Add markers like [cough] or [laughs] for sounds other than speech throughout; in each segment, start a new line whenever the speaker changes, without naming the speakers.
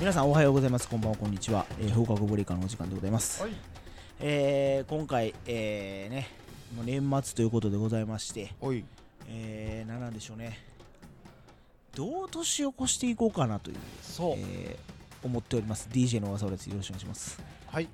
皆さんおはようございますこんばんはこんにちは、えー、放課後ブレイカーのお時間でございます、
はい
えー今回、えーねもう年末ということでございまして
おい
えー、なんなんでしょうねどう年を越していこうかなという、
そう、
えー思っております DJ の噂ですよろしくお願いします
はい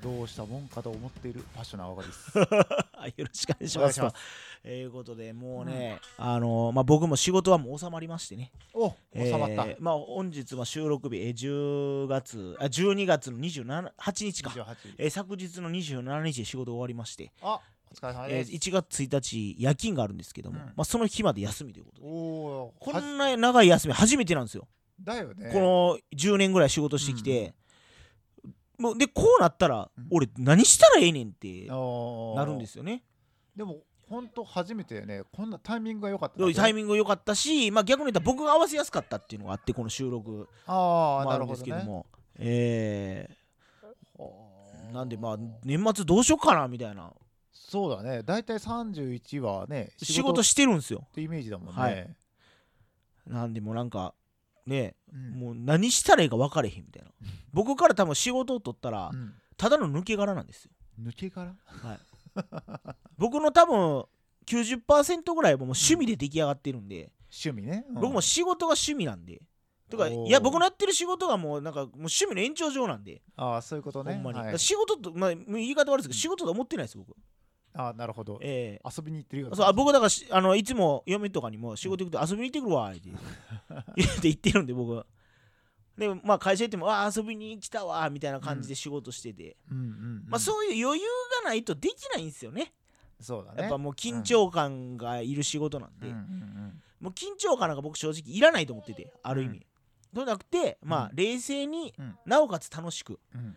どうしたもんかと思っているファッショナー若で
[laughs]
す
よろしくお願いします
お願いしま
ということでもうね、あのまあ、僕も仕事はもう収まりましてね
[laughs] お収まった、
えーまあ、本日は収録日、えー、10月あ12月の28日か、
28
えー昨日の27日で仕事終わりまして、
あお疲れ様
え
で
ー
す、
1月1日夜勤があるんですけども、
うん
まあ、その日まで休みということで
おおー
こ
は
んな長い休み初めてなんですよ、
だよね
この10年ぐらい仕事してきて、もうでこうなったら
うん
俺何したらええねんって
の
なるんですすよね
でも本当初めてだよねこんなタイミングが良かった
でタイ
ング
ミング良かったし、まあ、逆に言ったら僕が合わせやすかったっていうのがあってこの収録
あ
も
あ
あ
な
る
る
ん
ほ
です
ど
けど
ね
も、えー
ほー
なんでまあ年末どうしようかなみたいな
そうだね大体31はね
仕事
っ
してるんですよ
てイメージだもんね、
はいなんでもうなんかね
うん
もう何したらいいか分かれへんみたい
[laughs]
な僕から多分仕事を取ったら
うん
ただの抜け殻なん
[laughs]
ですよ、
抜け殻
はい僕の多分90%ぐらいはもう趣味で出来上がってるんで、
趣味ね、うん
僕も仕事が趣味なんでとか
おー
いや僕のやってる仕事がもうなんかもう趣味の延長上なんで、
ああそういうことね
ほんまに、だ
は
か
い
ら仕事と、まあ、言い方悪いですけど仕事と思ってないです僕、
ああなるほど
ええ
遊びに行ってるような
そうあ僕だからしあのいつも嫁とかにも仕事行くと遊びに行ってくるわって
[laughs]
言って言ってるんで僕はでまあ会社行ってもあ遊びに来たわみたいな感じで仕事してて、
うんうんうん
まあそういう余裕がないとできないんですよね
そうだね
やっぱもう緊張感がいる仕事なんで、
うんうんうん
もう緊張感なんか僕正直いらないと思っててある意味、
うん
そうじゃなくてまあ
うん
冷静に、
うん
なおかつ楽しく、
うん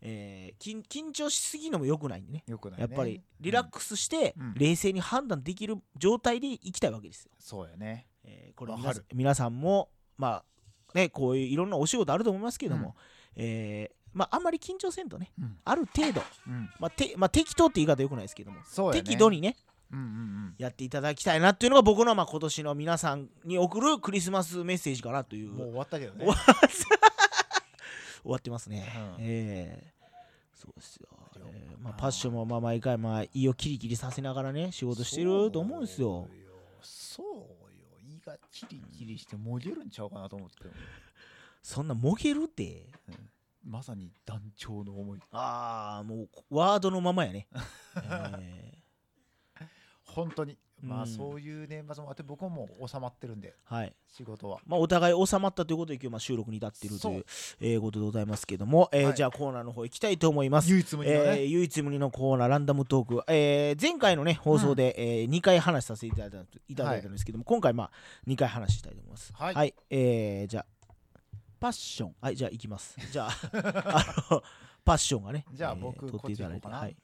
えー緊緊張しすぎるのも良くないんでね
よくない
や
ね
っぱりリラックスして
うん
冷静に判断できる状態で行きたいわけですよ
そうやね
えーこれ
わか
皆さ
る
皆さんもまあねこういういろんなお仕事あると思いますけども、えーまああんまり緊張せんとね
うん
ある程度、
うん
まあてまあ、適当って言い方よくないですけども、
そうやね
適度にね
うんうんうん
やっていただきたいなっていうのが僕のまあ今年の皆さんに送るクリスマスメッセージかなという
もう終わったけどね
終わ終わってますね、
うん
えーそうですよ、
了解
えーまあ、パッションもまあ毎回まあ胃をキリキリさせながらね仕事してると思うんですよ
そうよ胃がキリキリしてもげるんちゃうかなと思って
そんなもげるって
まさに団長の思い
ああもうワードのままや
[laughs]
ね、え
本当にま
う
あ
ん
そういう年末もあって僕はもう収まってるんで
ーはい
仕事は
まあ、お互い収まったということで今日まあ収録に至っていると
そう
いう、えーことでございますけども、えー
はい
じゃあコーナーの方行きたいと思います
唯一無二の
えー
ね
唯一無二のコーナーランダムトーク、えー前回のね放送で、え2回話させていただいたいただいたんですけども、今回まあ2回話したいと思います
はい
えーじゃあパッションはいじゃあ行きますじ
[laughs]
ゃああのパッションがね
じゃあ
えー
僕
撮っていただいて
こっち行こうかな
はい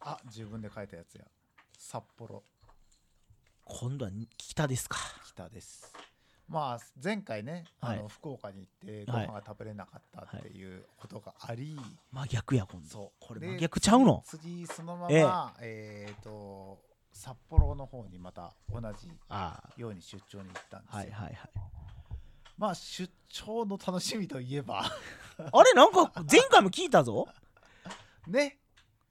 あ自分で書いたやつや札幌
今度は北ですか
北です。まあ前回ね、
はい
あの福岡に行ってご
はい
飯が食べれなかったっていうことがあり、
真逆や今度
そう
これ
で
真逆ちゃうの
次そのまま
ええ
えっ、と札幌の方にまた同じ
ああ
ように出張に行ったんですよ。
はいはいはい
まあ出張の楽しみといえば [laughs]
あれなんか前回も聞いたぞ
ね、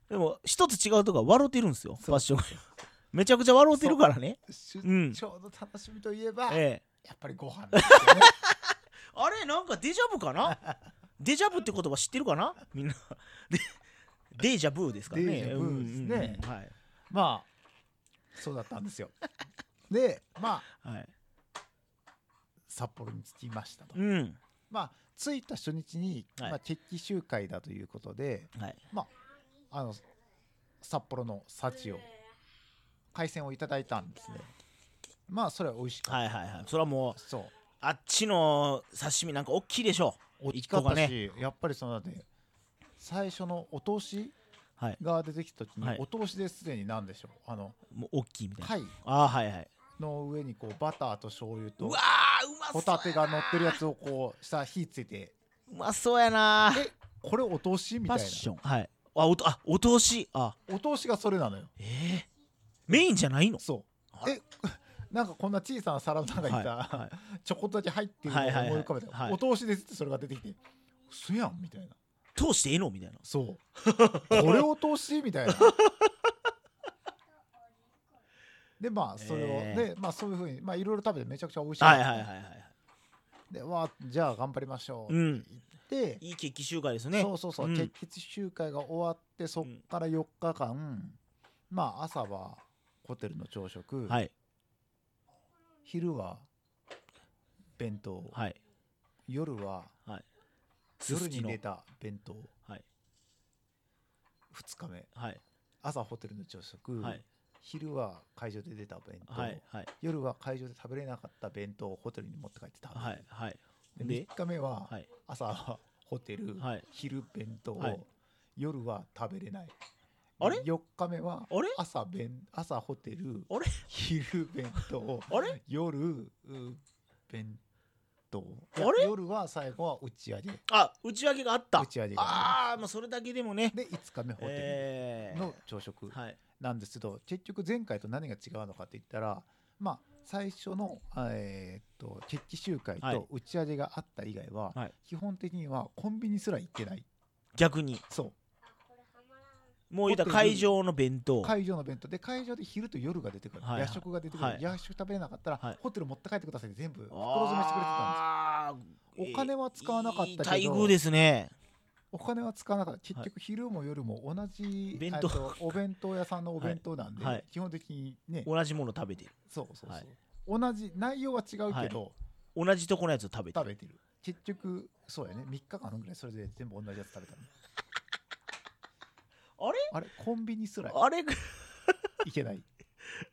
でも一つ違うとこは笑ってるんですよファッションが [laughs] めちゃくちゃ笑ってるからね
出
うん
張の楽しみといえば、や
ええ
っぱりご飯なんですよね。
あれなんかデジャブか [laughs] なデジャブって言葉知ってるかなみんなでデジャブですからね
デジャブですね
うんうんうんはい
まあそうだったんですよ。で、まあ
はい
札幌に着きましたと。
うん
まあ、着いた初日に、
はい
まあ、決起集会だということで、
はい
あの札幌の幸を海鮮をいただいたんですねまあそれは美味しかった、
はいはいはいそれはもう
そう
あっちの刺身なんか大きいでしょ
大きかったし、
一個が
やっぱりそのだって最初のお通し
はい
が出てきた時に、
はい
お通しですでに何でしょうあの
もう大きいみたいな
貝
ああはいはい
の上にこうバターと醤油
う
と
わーうまそう
ホタテが乗ってるやつをこう下火ついて
うまそうやな
えこれお通しみ
パ
た
ッ
いな
ションはいあおとあお通しあ
お通しがそれなのよ
ええメインじゃないの
そう
あら
え [laughs] なんかこんな小さな皿の中にさ、
はいはい
[laughs] ちょこっとだけ入ってるのを思い浮かべて、
はいはいはい
お通しですってそれが出てきて「嘘やん」みたいな
通してええのみたいな
そう [laughs] これお通しみた
[laughs]
いなでまあそれを、
えー
でまあそういうふうにまあいろいろ食べてめちゃくちゃ美味しい、
はいはいはいはい
でわあじゃあ頑張りましょう、
うん
で
いい決起集会ですね
そうそうそう、
うん
決起集会が終わってそっから4日間、まあ朝はホテルの朝食、
はい
昼は弁当、
はい
夜は
す
夜
すき
に
の
出た弁当
はい
2日目
はい
朝ホテルの朝食、
はい
昼は会場で出た弁当、
はいはい
夜は会場で食べれなかった弁当をホテルに持って帰って食べる、
はいはい
で
で
3日目は
はい
朝はホテル、
はい
昼弁当、
はい
夜は食べれない
あれ
?4 日目は
あれ
朝弁朝ホテル
あれ
昼弁当
あれ
夜う弁当
あれ
夜は最後は打ち上げ
あ打ち上げがあった
打ち上げが
ああまあそれだけでもね
で5日目ホテ
え
ルの朝食
ーはい
なんですけど、結局前回と何が違うのかって言ったらまあ最初の、えーっと決起集会
はい
と打ち上げがあった以外は、
はい
基本的にはコンビニすら行ってない
逆に
そう
もう言ったら会場の弁当
会場の弁当で会場で昼と夜が出てくる、
はいはい
夜食が出てくる、
はい
夜食食べれなかったら、
はい
ホテル持って帰ってくださいって全部袋詰めしてくれてたんです
あー
お金は使わなかったけど
いい待遇ですね
お金は使わなかった結局昼も夜も同じ、
弁当
えっとお弁当屋さんのお弁当なんで、
はいはい
基本的にね
同じもの食べてる
そうそうそう、
はい
同じ内容は違うけど、
同じとこのやつを食べて
食
る
べてる結局そうやね3日間ぐらいそれで全部同じやつ食べたの
[laughs] あれ
あれコンビニすら
あれ
いけない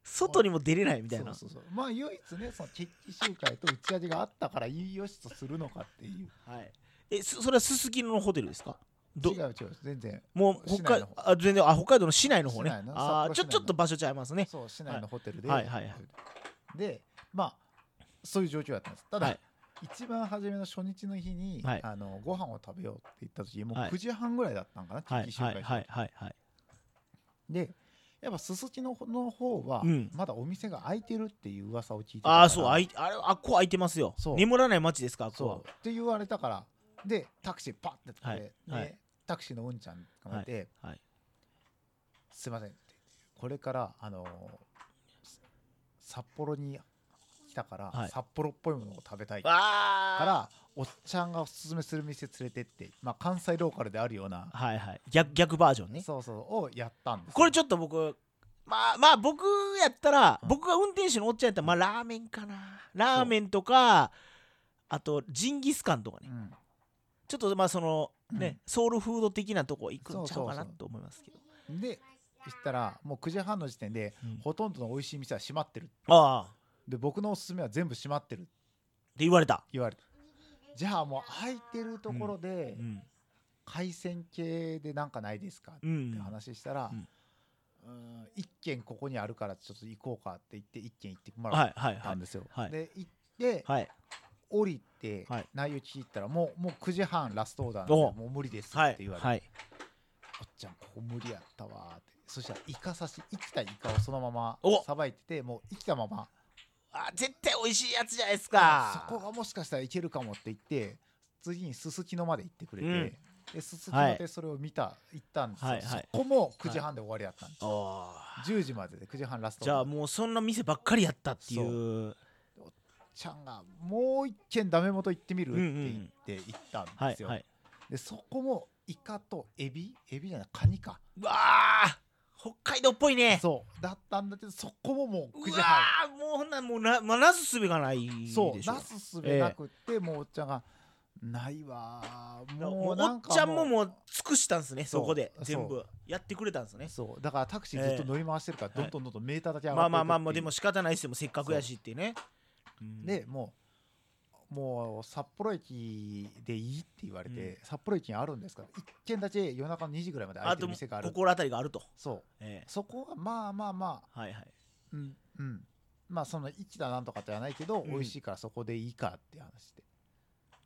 外にも出れないみたいな
そうそうそうまあ唯一ねその決起集会と打ち上げがあったからいいよしとするのかっていう
はいえそそれはすすきののホテルですかど
違う違う全然
もう
市
北海
内の方
あ全然あ北海道の市内の方ね
市内の
あー
札
ちょ
幌市内の
ちょっと場所違いますね
そう市内のホテルで、
はいはいはい
でまあそういう状況だったんですただ、
はい
一番初めの初日の日に、
はい
あのご飯を食べようって言った時もう
はい
9時半ぐらいだったんか
は
な、決
い
起集会
はい
して
はいはいはい
でやっぱすすきのの方は、
うん
まだお店が開いてるっていう噂を聞いてたから
ああそうあいあれあっこ開いてますよ
そう
眠らない街ですかあっこは
そうって言われたからでタクシーパッて取って、
はいは
でタクシーのうんちゃん捕まえて、
はい
すいませんってこれからあのーす札幌に来たから、
はい
札幌っぽいものを食べたいか
あ
らおっちゃんがおすすめする店連れてって、まあ、関西ローカルであるような
あ、はいはい逆逆バージョンね
そうそうをやったんですよ
これちょっと僕まあまあ僕やったら、
うん
僕が運転手のおっちゃんやったらまあラーメンかなラーメンとかあとジンギスカンとかね、
うん
ちょっとまあそのね、
うん
ソウルフード的なとこ行くんちゃう
そう
か
そ
な
うそう
と思いますけど
で行ったらもう9時半の時点で、
うん
ほとんどの美味しい店は閉まってる
ああっ
で僕のおすすめは全部閉まってるって
て言われた、
言われてじゃあもう空いてるところで、
うん
海鮮系でなんかないですか
う
って
ん、
話したら、
うん
うーん一軒ここにあるからちょっと行こうかって言って一軒行ってもら
は
っ
いはい
た
は
ん
い
ですよ、
はい
で行って、
はい
降りて、
はい
内容聞いたらもうもう9時半ラストオーダーなん
おう
でもう無理です
は
っ
い
て言われて、
はい
おっちゃんここ無理やったわーってそしたらイカ刺し生きたイカをそのまま
お
さばいててもう生きたまま
あ絶対美味しいやつじゃないですか
そこがもしかしたらいけるかもって言って次にすすきのまで行ってくれて、
うん
でススキノでそれを見た、行ったんですよ、
はいはい
そこも9時半で終わりやったんです、
ああ
10時までで9時半ラスト
じゃあもうそんな店ばっかりやったっていう
ちゃんがもう一軒ダメ元行ってみるっ
うん
て
うんうん
言って行ったん
は
で
い
すよ、
はい
でそこもイカとエビエビじゃないカニか
うわあ北海道っぽいね
そうだったんだけどそこももう9
う
時
わ
半
あもうほんならもうな、まあ、なすすべがないでしょ
そうなすすべなくって、もうおっちゃんが「ないわー
も
も
う
うな
お
ん
っ
か
ちゃんももう尽くしたんですね
そう
そこで
そう
全部やってくれたんですね
そうだからタクシーずっと乗り回してるから、
ええ
どんどんどんどんメーターだけ上が
ま
って
あま
いくっていう
あまあもうでも仕方ないですよもうせっかくやしってねうん
でもうもう札幌駅でいいって言われて、
う
札幌駅にあるんですから一軒だけ夜中の2時ぐらいまで空い
あ
てる
と
店がある
心当たりがあると
そう
ええ
そこがまあまあまあ
はいはい
うんうんまあその一だなんとかってはないけど、
ん
美味しいからそこでいいかって話して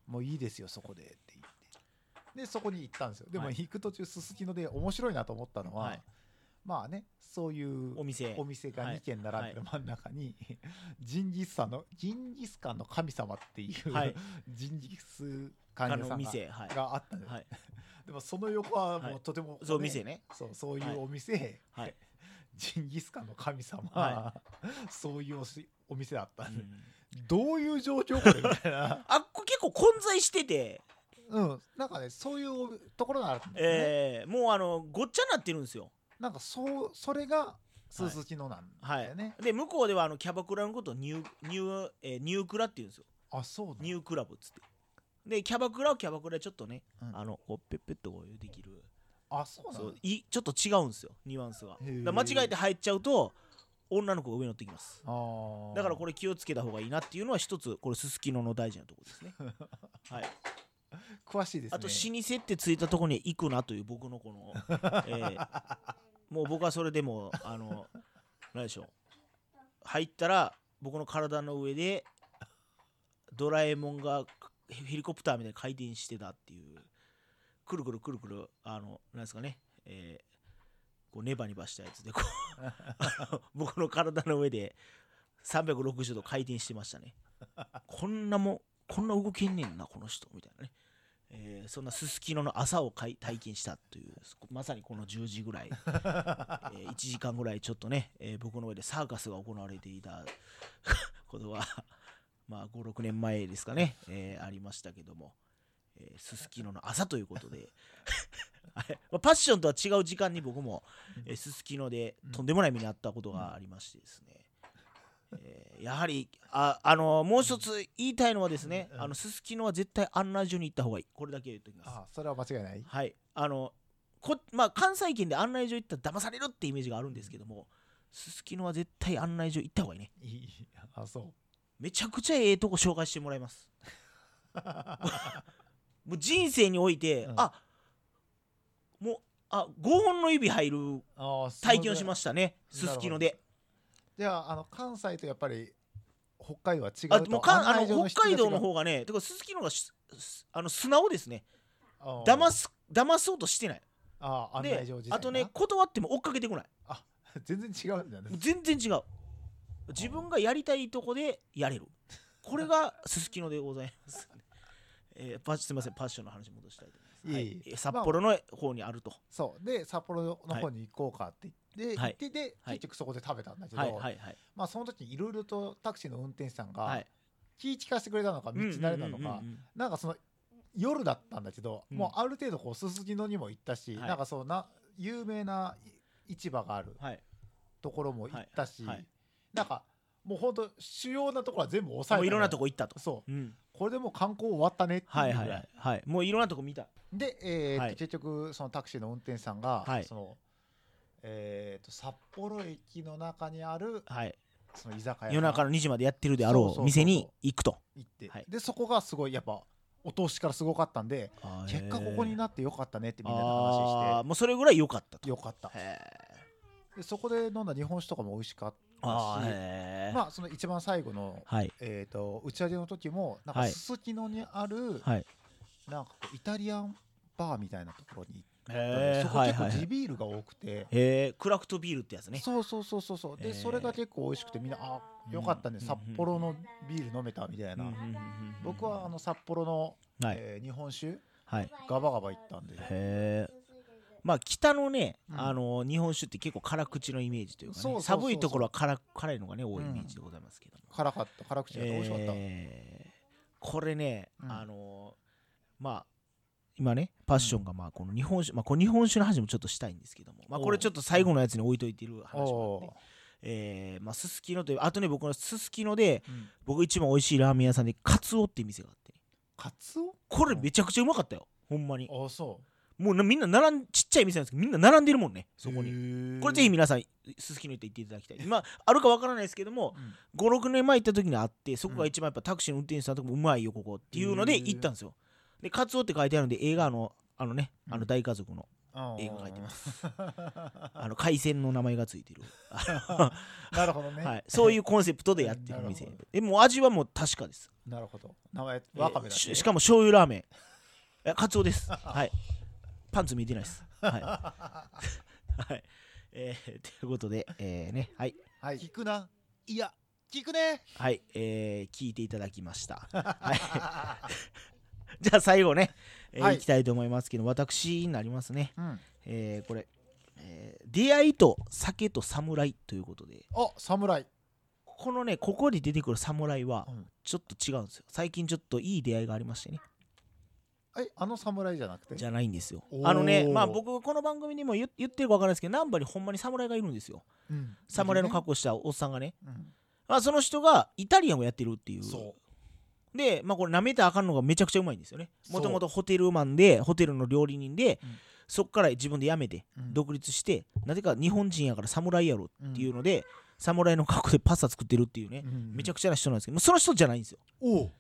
もういいですよそこでって言ってでそこに行ったんですよでも
はい
行く途中すすきので面白いなと思ったのは、
はい
まあねそういう
お店
お店が
はい
2軒並んでる真ん中に、ジンギスカンのジンギスカンの神様っていう、
はい
ジンギスカン
あ
屋
の
さんが
店はい
があったんで,、
はい
でもその横はも
は
う
い
とても、
そう店ね
そうそうい
はいう
お店、
はい、
ジンギスカンの神様、
は
そう [laughs] いうおしお店だった
うん
で、
ん
どういう状況これみたいな
あっこ結構混在してて、
うんなんかねそういうところがあるんだよね、
えーもうあのごっちゃになってるんですよ
なんかそうそれが鈴木のなん
はい
だよね、
で向こうではあのキャバクラのことをニューニュー、えーニュークラって言うんですよ
あそうなんだ
ニュークラブっつってでキャバクラはキャバクラでちょっとね、
うん
あのこうペッペッとこうできる
あそうなん
そ
だ
ういちょっと違うんですよニュアンスが
へー
だから間違えて入っちゃうと女の子が上に乗ってきます
あ
だからこ
れ
れ気をつけた方がいいなっていうのは一つこれすすきのの大事なところ
[laughs]
ですねはい
詳しいですね
あと老舗ってついたところに行くなという僕のこ
[laughs]
の、えーもう僕はそれでもうあの何でしょう入ったら僕の体の上でドラえもんがヘリコプターみたいに回転してたっていうくるくるくるくるあのなんですかね、えーこうネバネバしたやつでこうあ
[laughs]
の僕の体の上で360度回転してましたねこんなもんこんな動けんねんなこの人みたいなねえーそんなすすきのの朝をかい体験したというまさにこの10時ぐらい、えー1時間ぐらいちょっとね、えー僕の上でサーカスが行われていたことはまあ56年前ですかね、えーありましたけどもえーすすきのの朝ということであれまあパッションとは違う時間に僕もえーすすきので
うん
とんでもない目に遭ったことがありましてですね、えーやはりああのもう一つ言いたいのはですね
うん
あのすすきのは絶対案内所に行った方がいいこれだけ言っておきます
あそれは間違いない
はいあのこまあ、関西圏で案内所行ったら騙されるってイメージがあるんですけどもすすきのは絶対案内所行った方がいいね
いいあ [laughs] そう
めちゃくちゃええとこ紹介してもらいますもう人生において、
うん
あもうあ5本の指入る
あ
体験をしま
し
したね
そ
す
うだ
すきので
じゃああの関西とやっぱり北海道は違うと
あもうかあ
案内所
の
質が
北
違
海道
う
の方がねてかすすきのがしすあの素直ですね
あー
騙す騙そうとしてない
あー案内
で
所自体が
あとね断っても追っかけてこない
あ全然違うんだね
全然違う自分がやりたいとこでやれるこれがすすきのでございます、 [laughs] えーパッすみませんパッションの話戻したいと思います
いえいえ
はい、札幌の方にあると、
そうで札幌の方に行こうかって言って、
はい
行ってで、
はい
結局そこで食べたんだけど、
はいはいはい
まあその時にいろいろとタクシーの運転手さんが、
はい
気ぃ利かせてくれたのか道慣れたのか、
うんうんうんうん
なんかその夜だったんだけど、
うん
もうある程度こうすすきのにも行ったし、
はい
なんかそうな有名ない市場がある
はい
ところも行ったし、
はいはい
なんかもうほんと主要なところは全部抑えたの
も
よ
ういろんなとこ行ったと、
そう
うん、
これでもう観光終わったねっていうぐ
は
ら
い
い、
はいはい、はい、もういろんなとこ見た
で、えーっと
はい
結局そのタクシーの運転手さんが、
はい
そのえーっと札幌駅の中にある
はい
その居酒屋
夜中
に
の2時までやってるであろ
そうそうそう
う
そう
店に行くと
行って、
はい
でそこがすごいやっぱお通しからすごかったんで結果ここに
っ
なってよかったねっててみんなで話し
もうそれぐらい良かった
て
と
よかった
へ
でそこで飲んだ日本酒とかも美味しかっ
ーあ
た
ー
し
へー
まあその一番最後の、
はい
えー、と打ち上げの時もなんか
はい
すすきのにある、
はい
なんかこうイタリアンバーみたいなところに行ったんで
へー
そこ
はい
結
は
構
い
地ビールが多くて、
へえクラフトビールってやつね
そうそうそうそうそうで、
へー
それが結構美味しくてみんなあよかったね、
うん
札幌のビール飲めたみたいな、
うんうんうんうん
僕はあの札幌の、
はい
えー日本酒
はい
ガバガバ行ったんで
へえまあ北のね、
うん
あの日本酒って結構辛口のイメージというかね
そうそうそうそう
寒いところは辛辛いのがね多いイメージでございますけども、
辛かった辛口だった美味しかった、
えーこれね、
うん
あのまあ今ねパッションがまあこの日本酒、まあ、この日本酒の話もちょっとしたいんですけども、まあ、
おう
これちょっと最後のやつに置いといてる話もあっ
お
てえーまあすすきのというあとね僕のすすきので
ーうん
僕一番美味しいラーメン屋さんでカツオっていう店があって
カツオ
これめちゃくちゃうまかったよほんまに
あそう
もうなみんな並んちっちゃい店なんですけどみんな並んでるもんねそこに
に
これぜひ皆さんすすきの行って行っていただきたい今あるかわからないですけども56年前行った時にあってそこが一番やっぱタクシーの運転手さんとかもうまいよここっていうので
へー
行ったんですよでカツオって書いてあるんで映画のあのね
うん
あの大家族の映画が入ってますあの海鮮の名前がついてる
なるほどね、
はいそういうコンセプトでやってる店
[laughs] なるほ
でもう味はもう確かです
[laughs] なるほど名前わかめだ
えーしし
も
かも醤油ラーメン
[laughs]
えカツオです [laughs] はいパンツ見えてないですはいはいえー、ということで、えーね、はい、
はい、聞くないや聞くね
はい、えー聞いていただきま
[laughs]
した。はい、 [laughs] じゃあ最後ね、えー
はい
い、きたいと思いますけど、私になりますね。
うん
えーこれ、えー出会いと酒と侍ということで、
あ侍、
このね、ここで出てくる侍は
うん
ちょっと違うんですよ。最近ちょっといい出会いがありましてね。
えあの侍じゃなくて
じゃないんですよ
お。ー
あのね、まあ僕、この番組にも言言ってるか分からないですけど、南波にほんまに侍がいるんですよ。
うん
侍の格好したおっさんがね。
うん
まあ、その人がイタリアンをやってるっていう。
そ
で、まあ、これ舐めたらあかんのがめちゃくちゃうまいんですよね
そう
もともとホテルマンでホテルの料理人で、
うん
そっから自分で辞めて
う、うん
独立してなぜか日本人やから侍やろっていう
う
ので、侍の格好でパスタ作ってるっていうね、
ん
めちゃ
く
く
ち
ちゃな人なんですけどもうその人じゃないんですよ
ゃおう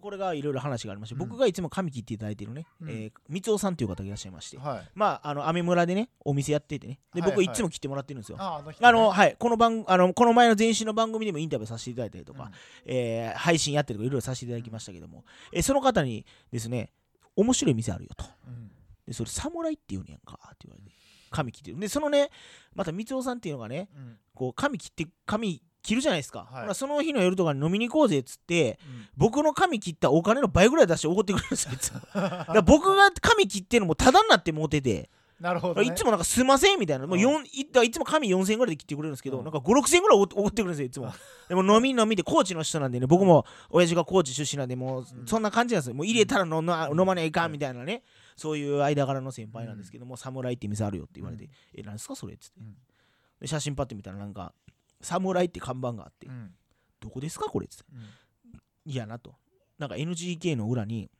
これがいろいろ話がありまして、
うん
僕がいつも髪切っていただいてるね、
うん
えー三尾さんという方がいらっしゃいまして、
はい
まああの雨村でねお店やっててねで
はい
僕
はい
いつも切ってもらってるんですよ、
ああの人ね
あのはい、この番あのこの前の前身の番組でもインタビューさせていただいたりとか、えー配信やってるとかいろいろさせていただきましたけども、えーその方にですね面白い店あるよと
うんうん
でそれ侍って言うねやんかって言われて髪切ってるでそのねまた三尾さんっていうのがね
うんうん
こう髪切って髪切るじゃないですか、
はい
ほなその日の夜とかに飲みに行こうぜっつって僕の髪切ったお金の倍ぐらい出して怒ってくれるんですよい
[laughs]
つもだから僕が髪切ってるのもただになってもうてて
なるほど、ね、
いつもなんかすいませんみたいな、もう
うん
よんいだからいつも髪4000円ぐらいで切ってくれるんですけど、
うん
なんか5、6000円ぐらいおごってくれるんですよ、いつも。でも飲み飲みで、高知の人なんでね、僕も親父が高知出身なんで、もう
うん
そんな感じなんですよ、もう入れたら飲ま
うん
飲まねえか
うん
みたいなね、そういう間柄の先輩なんですけども、侍って店あるよって言われて、
うん
え、何ですかそれっつって
うん。
で写真パッて見たら、なんか、侍って看板があって、
うん
どこですかこれっつって。
うん
いやなと。なんか NGK の裏に、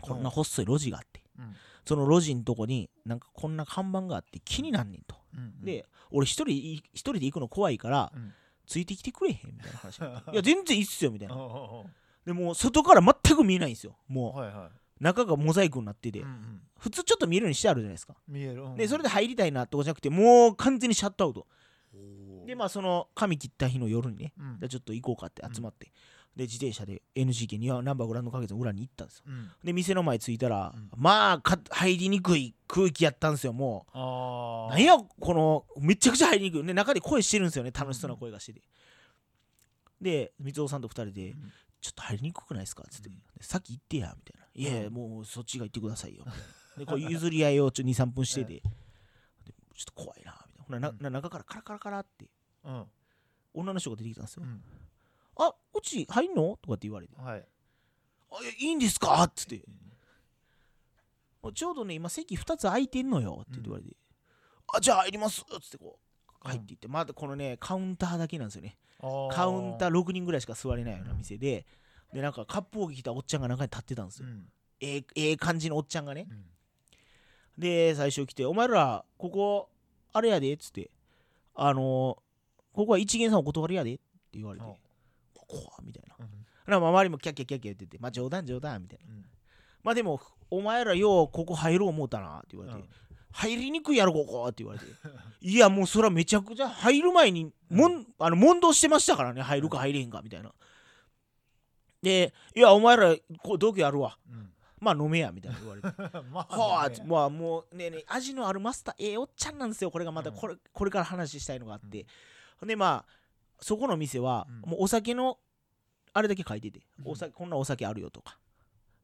こんな細い路地があって、
うん
その路地のとこに、なんかこんな看板があって気になんねんと。
うん
で、俺一人い一人で行くの怖いから、
うん
ついてきてくれへんみたいな
[laughs]
話いや全然いいっすよみたい
おう
な
おう
でもう外から全く見えないんですよ
おう
も
はいは
う中がモザイクになって
い、
て、
うんうん
普通ちょっと見えるようにしてあるじゃないですか、
見える、うん
でそれで入りたいなとかじゃなくてもう完全にシャットアウト
おう
でまあその髪切った日の夜にね
うん
じゃあちょっと行こうかって集まって、で自転車で NGK にナンバーグランド花月の裏に行ったんですよ
うん
で店の前着いたら、
うん
まあか入りにくい空気やったんですよもう
ああ
なんやこのめちゃくちゃ入りにくい、ね、中で声してるんですよね楽しそうな声がしてて、で三尾さんと二人で
うん
「ちょっと入りにくくないですか?」っつって、
うん
さっき行ってや」みたいな「いやいや
うん
もうそっちが行ってくださいよ」みたいなでこう譲り合いを23分して
[laughs]
て、でちょっと怖いなみたいなほらな、
うん
な中からカラカラカラって
うん
女の人が出てきたんですよ「
うん
あうち入んの?」とかって言われて「
はい
あいやいいんですか?」っつって「ちょうどね今席2つ空いてんのよ」って言われて「あじゃあ入ります」っつってこう入っていって、まだこのねカウンターだけなんですよねカウンタ
ー
ー6人ぐらいしか座れないような店で、でなんか割烹着着たおっちゃんが中に立ってたんです
う
よ、
ん
ええええ感じのおっちゃんがね
う、ん
で最初来て「お前らここあれやで」っつって「あのーここは一元さんお断りやで」って言われて
あ
「ここは」みたいな
うん
なんか周りもキャッキャキャッキャ言ってて「まあ冗談冗談」みたいな
うん
「まあでもお前らようここ入ろう思うたな」って言われて、
うん
入りにくいやろここって言われていやもうそれはめちゃくちゃ入る前にもん、あの問答してましたからね入るか入れへんかみたいなでいやお前らこう度胸あるわ
うん
まあ飲めやみたいな言われて
まあ
はあ、
ね
まあもうねえねえ味のあるマスターええおっちゃんなんですよこれがまた
うん
これ,、これから話したいのがあって、ほんでまあそこの店は、
うん
もうお酒のあれだけ書いてて、
うん
お酒こんなお酒あるよとか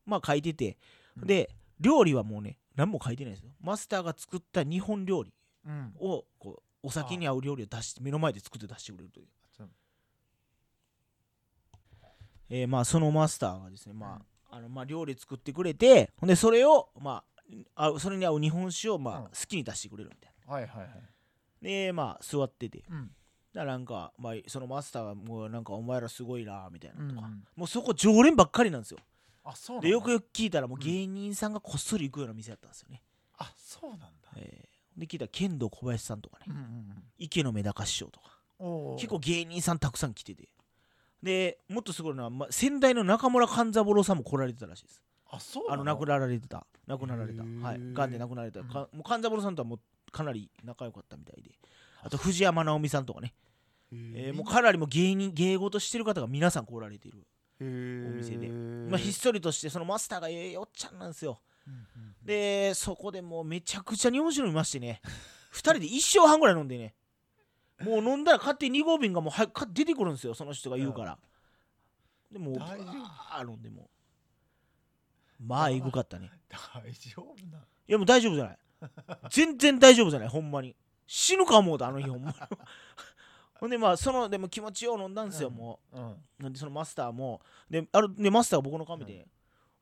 まあ書いてて、
うん
で料理はもうね何も書いてないですよマスターが作った日本料理
うん
をこうお酒に合う料理を出して目の前で作って出してくれるという、
ちょ
えーまあそのマスターがですね、まああのまあ、料理作ってくれてほんでそれを、まあ、あそれに合う日本酒を、
うん
まあ、好きに出してくれるみたい
はいはいはい
なでまあ座ってて
うん
だからなんか、まあ、そのマスターがもうなんかお前らすごいなみたいなとか、
うん
もうそこ常連ばっかりなんですよ
あそうなんだ
でよくよく聞いたらもう
うん
芸人さんがこっそり行くような店だったんですよね、
あそうなんだ
えーで聞いたら剣道小林さんとかね、
うんうん
池のメダカ師匠とか
うんおう
結構芸人さんたくさん来ててでもっとすごいのは、ま、先代の中村勘三郎さんも来られてたらしいです
あそう
あ
な
の
の
亡くなられてた亡くなられた
へー
はい癌で亡くなられた、
うん
かもう勘三郎さんとはもうかなり仲良かったみたいであと藤山直美さんとかね、
へ
えーもうかなりもう芸人芸事してる方が皆さん来られている、
へー
お店でま
ま
あ、ひっそりとしてそのマスターがええおっちゃんなんですよ
うんうんうん
でそこでもうめちゃくちゃ日本酒飲みましてね2人で一生半ぐらい飲んでねもう飲んだら勝手に2合瓶がもうはか出てくるんですよその人が言うから、でもうバ
大丈夫
ー飲んでもうまあえぐかったね
大丈夫なの
いやもう大丈夫じゃない全然大丈夫じゃないほんまに死ぬか思うたあの日ほんまに [laughs] ほんでまあそのでも気持ちよう飲んだんですよ、
うん
もう
うん
なんでそのマスターもであるでマスターが僕の髪で、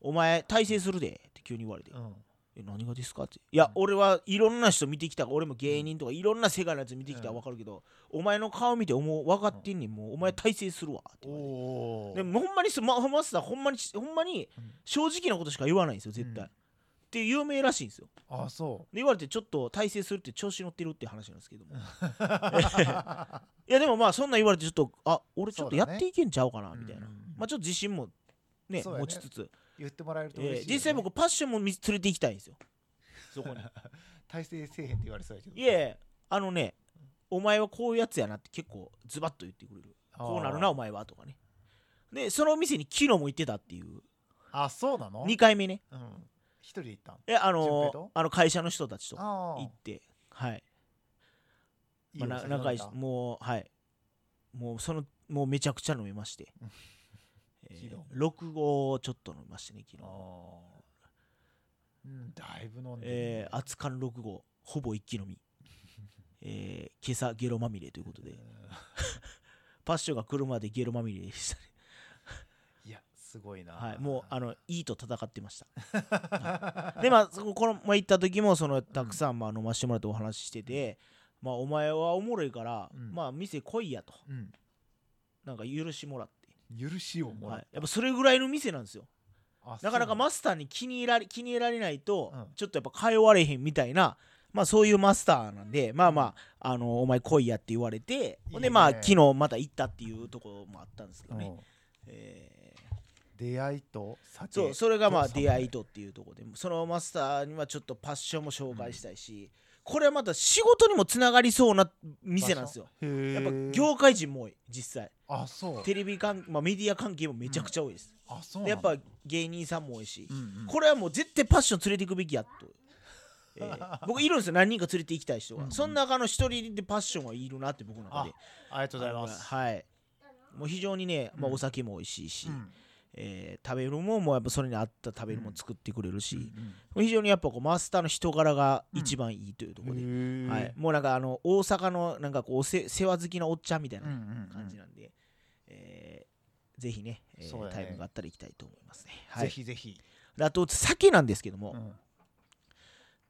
お前大成するで」って急に言われて「
うん
え何がですか?」って「いや、
うん
俺はいろんな人見てきたから俺も芸人とかいろんな世界のやつ見てきたら
うん
分かるけど、お前の顔見てもう分かってんねんもうお前大成するわ」って
お
言われて。で
お
もほんまにすママスターほんまにほんまに
うん
正直なことしか言わないんですよ絶対、
うん
って有名らしいんですよ
あそ
で言われてちょっと大成するって調子乗ってるって話なんですけど
[laughs]
も [laughs]
う
いやでもまあそんなん言われてちょっとあ俺ちょっとや
そうだね
っていけんちゃうかなみたいな、
うんうんうん
まあちょっと自信もね
そうだね
持ちつつ、
言ってもらえると
え
嬉しいよ
ー
ね、
実際僕パッションも見連れて行きたいんですよそこ
[laughs]
に
体制せえへんって言われそうやけど
いえいえあのねお前はこういうやつやなって結構ズバッと言ってくれるこうなるなお
前
前はとかねでその店に昨日も行ってたっていう
あそうなの
2回目ね
うん一人で行ったん
えあ
順平
の
と
あの会社の人たちと行
ああ
ってはい
い
まあ、な仲良いし
いお酒飲んだ
もうはいもうそのもうめちゃくちゃ飲みまして、えー
[laughs] 昨、
6合ちょっと飲みましてね昨
あ
日
ーうんだいぶ飲んでるね、
えー、熱燗6合ほぼ一気
[laughs]
飲みえー、今朝ゲロまみれということでパッションが車でゲロまみれでしたね、
いやすごいな、
はい、もうあ
[laughs]
のいいと戦ってましたでまあそここの、まあ、行った時もそのたくさんまあ飲ましてもらってお話ししてて、まあお前はおもろいから、
うん
まあ店来いやと
うん
なんか許しもらって、
許しをもら
は
っ
い、やっぱそれぐらいの店なんですよ
た、あ
なかなか
そう
マスターに気に入られ気に入られないと、
うん
ちょっとやっぱ通われへんみたいな、まあ、そういうマスターなんでまあまあ、あのお前来いやって言われて
いいね
ほんでまあ昨日また行ったっていうところもあったんですけど
な
ね、
のうん
えー
出会いと酒
そうそれがまあ
と侍
出会いとっていうところでそのマスターにはちょっとパッションも紹介したいし、これはまた仕事にもつながりそうな店なんですよ
へー
やっぱ業界人も多い実際
あそう
テレビ関、まあ、メディア関係もめちゃくちゃ多いです、
あそう
でやっ
う
ぱ芸人さんも多いし、
んうん
これはもう絶対パッション連れていくべき
[laughs]
やと、えー僕いるんですよ何人か連れて行きたい人が、
うんうん
その中の一人でパッションはいるなって僕の中で
ありがとうございます
あのはいもう非常にね、まあ、
うん
お酒も美味しいし、
うん
えー食べるもんもやっぱそれに合った食べるもん作ってくれる
う
し、
ん
非常にやっぱこうマスターの人柄が一番いいというとこ
う
ろで、
ん
は
へ
い
ー、
もうなんかあの大阪のなんかこうおせ世話好きなおっちゃんみたい
うんう
なん
うん
感じなんで、えーぜひね,、えー
そうだね
タイムがあったら行きたいと思いますね。は
ぜ
い、
ひぜひ
であと酒なんですけども、
うん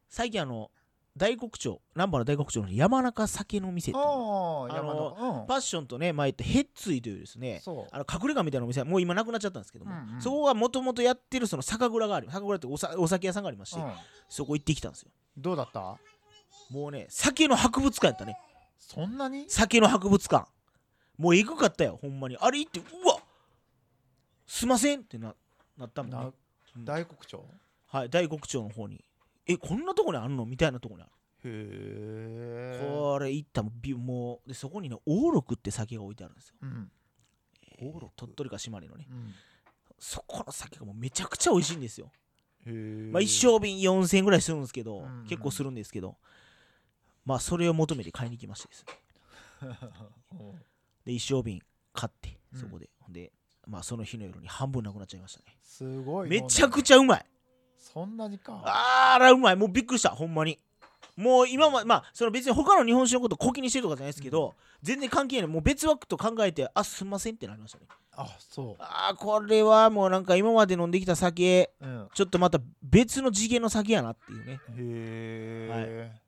最近あの大黒町難波の大黒町の山中酒の店っていうの
ああ
あの
山の
パッションとね前言ったヘッツイというです
うん
ね
そう
あの隠れ家みたいなお店もう今なくなっちゃったんですけども、
うんうん
そこがもともとやってるその酒蔵がある酒蔵っておさお酒屋さんがありまして、
うん
そこ行ってきたんですよ
どうだった
もうね酒の博物館やったね
そんなに
酒の博物館もうエグかったよほんまにあれ行ってうわすいませんってななったもんね
な
うん
大黒町
はい大黒町の方にえこんなとこにあんのみたいなとこにある
へえ
これ行ったもびもうでそこにね王六って酒が置いてあるんですよ、
うん
えー鳥取か島根のね
うん
そこの酒がもうめちゃくちゃ美味しいんですよ、
へえ
まあ一升瓶4000円ぐらいするんですけど、
うんうん
結構するんですけどまあそれを求めて買いに行きましてですね
[laughs] うん
で一升瓶買ってそこで、ほんでまあその日の夜に半分なくなっちゃいましたね
すごい
めちゃく
ち
ち
ゃ
ゃうまい
そんなにか
あらうまいもうびっくりしたほんまにもう今ままあその別に他の日本酒のことこきにしてるとかじゃないですけど、全然関係ないもう別枠と考えてあすんませんってなりましたね
あそ
ああこれはもうなんか今まで飲んできた酒
ううん
ちょっとまた別の次元の酒やなっていうね
へえ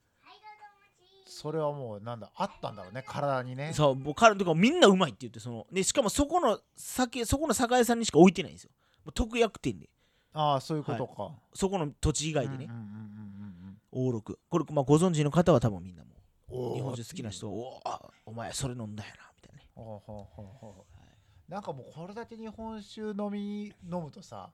それはもうなんだあったんだろうね体にね
そうもう彼のとかみんなうまいって言ってそのでしかもそこの酒そこの酒屋さんにしか置いてないんですよもう特約店で
ああそういうことか
そこの土地以
うん
外
うん
で
うんうん
ね
うん
王六これ、まあ、ご存知の方は多分みんなも
お
う
ー
日本酒好きな人はおーお前それ飲んだよなみたいなね
ほうほうほうほうなんかもうこれだけ日本酒飲み飲むとさ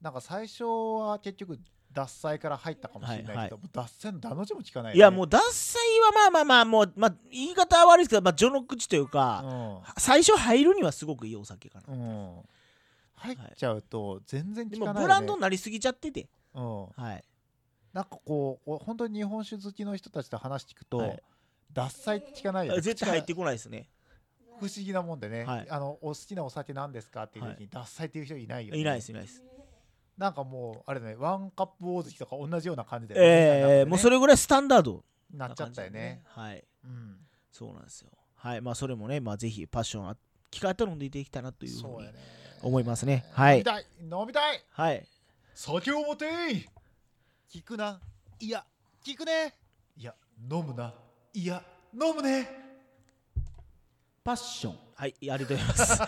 なんか最初は結局脱菜から入ったかもしれないけど、
はいはい
もう脱菜のだの字も聞かないよね、
いやもう脱菜はまあまあまあもう、まあ、言い方は悪いですけど、まあ、序の口というか、最初入るにはすごくいいお酒かな、
うん、うん、入っちゃうと全然
で
聞
も
かない
ブ
よね、
ランドになりすぎちゃってて
うん
はい。
なんかこうこう本当に日本酒好きの人たちと話聞くと、
はい
獺祭って聞かないよね
絶対入って
口
こないですね
から不思議なもんでね、
はい
あのお好きなお酒なんですかっていう時に獺祭っていう人いないよね、
いないですいないです
なんかもうあれだねワンカップ大関とか同じような感じで、
ええもうそ
れ
れぐらいスタンダード
なっちゃったよね
な感じではい
うん
そうなんですよはいまあそれもねまあぜひパッションあ機会あったら飲んでいただきたいなというふ
そうう
に
やね
思いますねは
飲み
い
たい飲みたい
はい
酒を持てい聞くないや聞くねいや飲むないや飲むね
パッションはいありがとうございます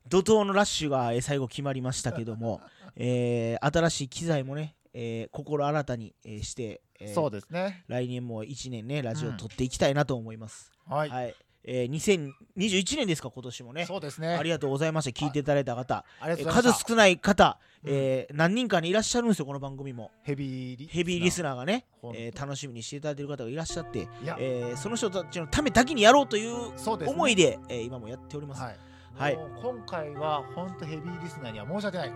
[laughs] 怒涛のラッシュがえー最後決まりましたけど
[laughs]
も、えー新しい機材もね、えー心新たにえーして、えー
そうですね
来年も1年ねラジオ撮っていきたいなと思います、
は、
はいえー2021年ですか今年もね
そうですね
ありがとうございました聞いていただいた方
ありがとうござい
数
ました
少ない方、
うん
えー何人かにいらっしゃるんですよこの番組も
ヘビーリ
ヘビーリスナーがね
ほん、と
えー楽しみにしていただいてる方がいらっしゃって、
いや、
えーその人たちのためだけにやろうという
そうですね
思いでえー今もやっております、
はい、
はい
もう今回は本当ヘビーリスナーには申し訳ない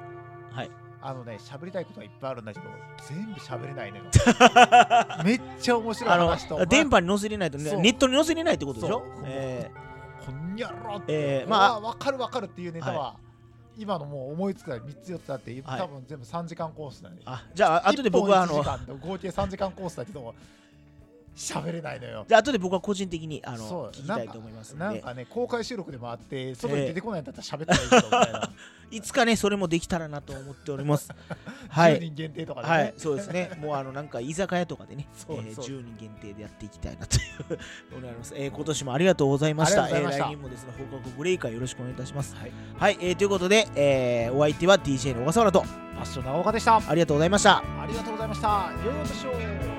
はい
あのね喋りたいことはいっぱいあるんだけど全部喋れない
[laughs]
のよめっちゃ面白い
あ
話と
の電波に載せれないとね
そう
ネットに載せれないってことでしょ
そう、
え
こんにゃろって、
えーま
ま
あ
あ分かる分かるっていうネタは、今のもう思いつくらい3つ4つあって
はい
多分全部3時間コースだね、
ーあじゃあ後で僕はあ
一本
の
一時間の合計3時間コースだけども喋れないのよ
じゃあ後で僕は個人的にあ
そう
の聞きたいと思います
な
の
ん
で
かね公開収録でもあって外に出てこないんだったら喋ったらいいけどみたいな、
いつかねそれもできたらなと思っております
[laughs]
は
10
い
人限定とかでね、
はいそうですねもうあのなんか居酒屋とかでね
そう
えー
そう
10人限定でやっていきたいなという思います、えー今年もありがとうございました
ありがとうございました
えー来年もですね報告ブレイカーよろしくお願いいたします
はい、
はい、えーということで、えーお相手は DJ の小笠原と
パッションの青岡でした
ありがとうございました
ありがとうございました良いお年を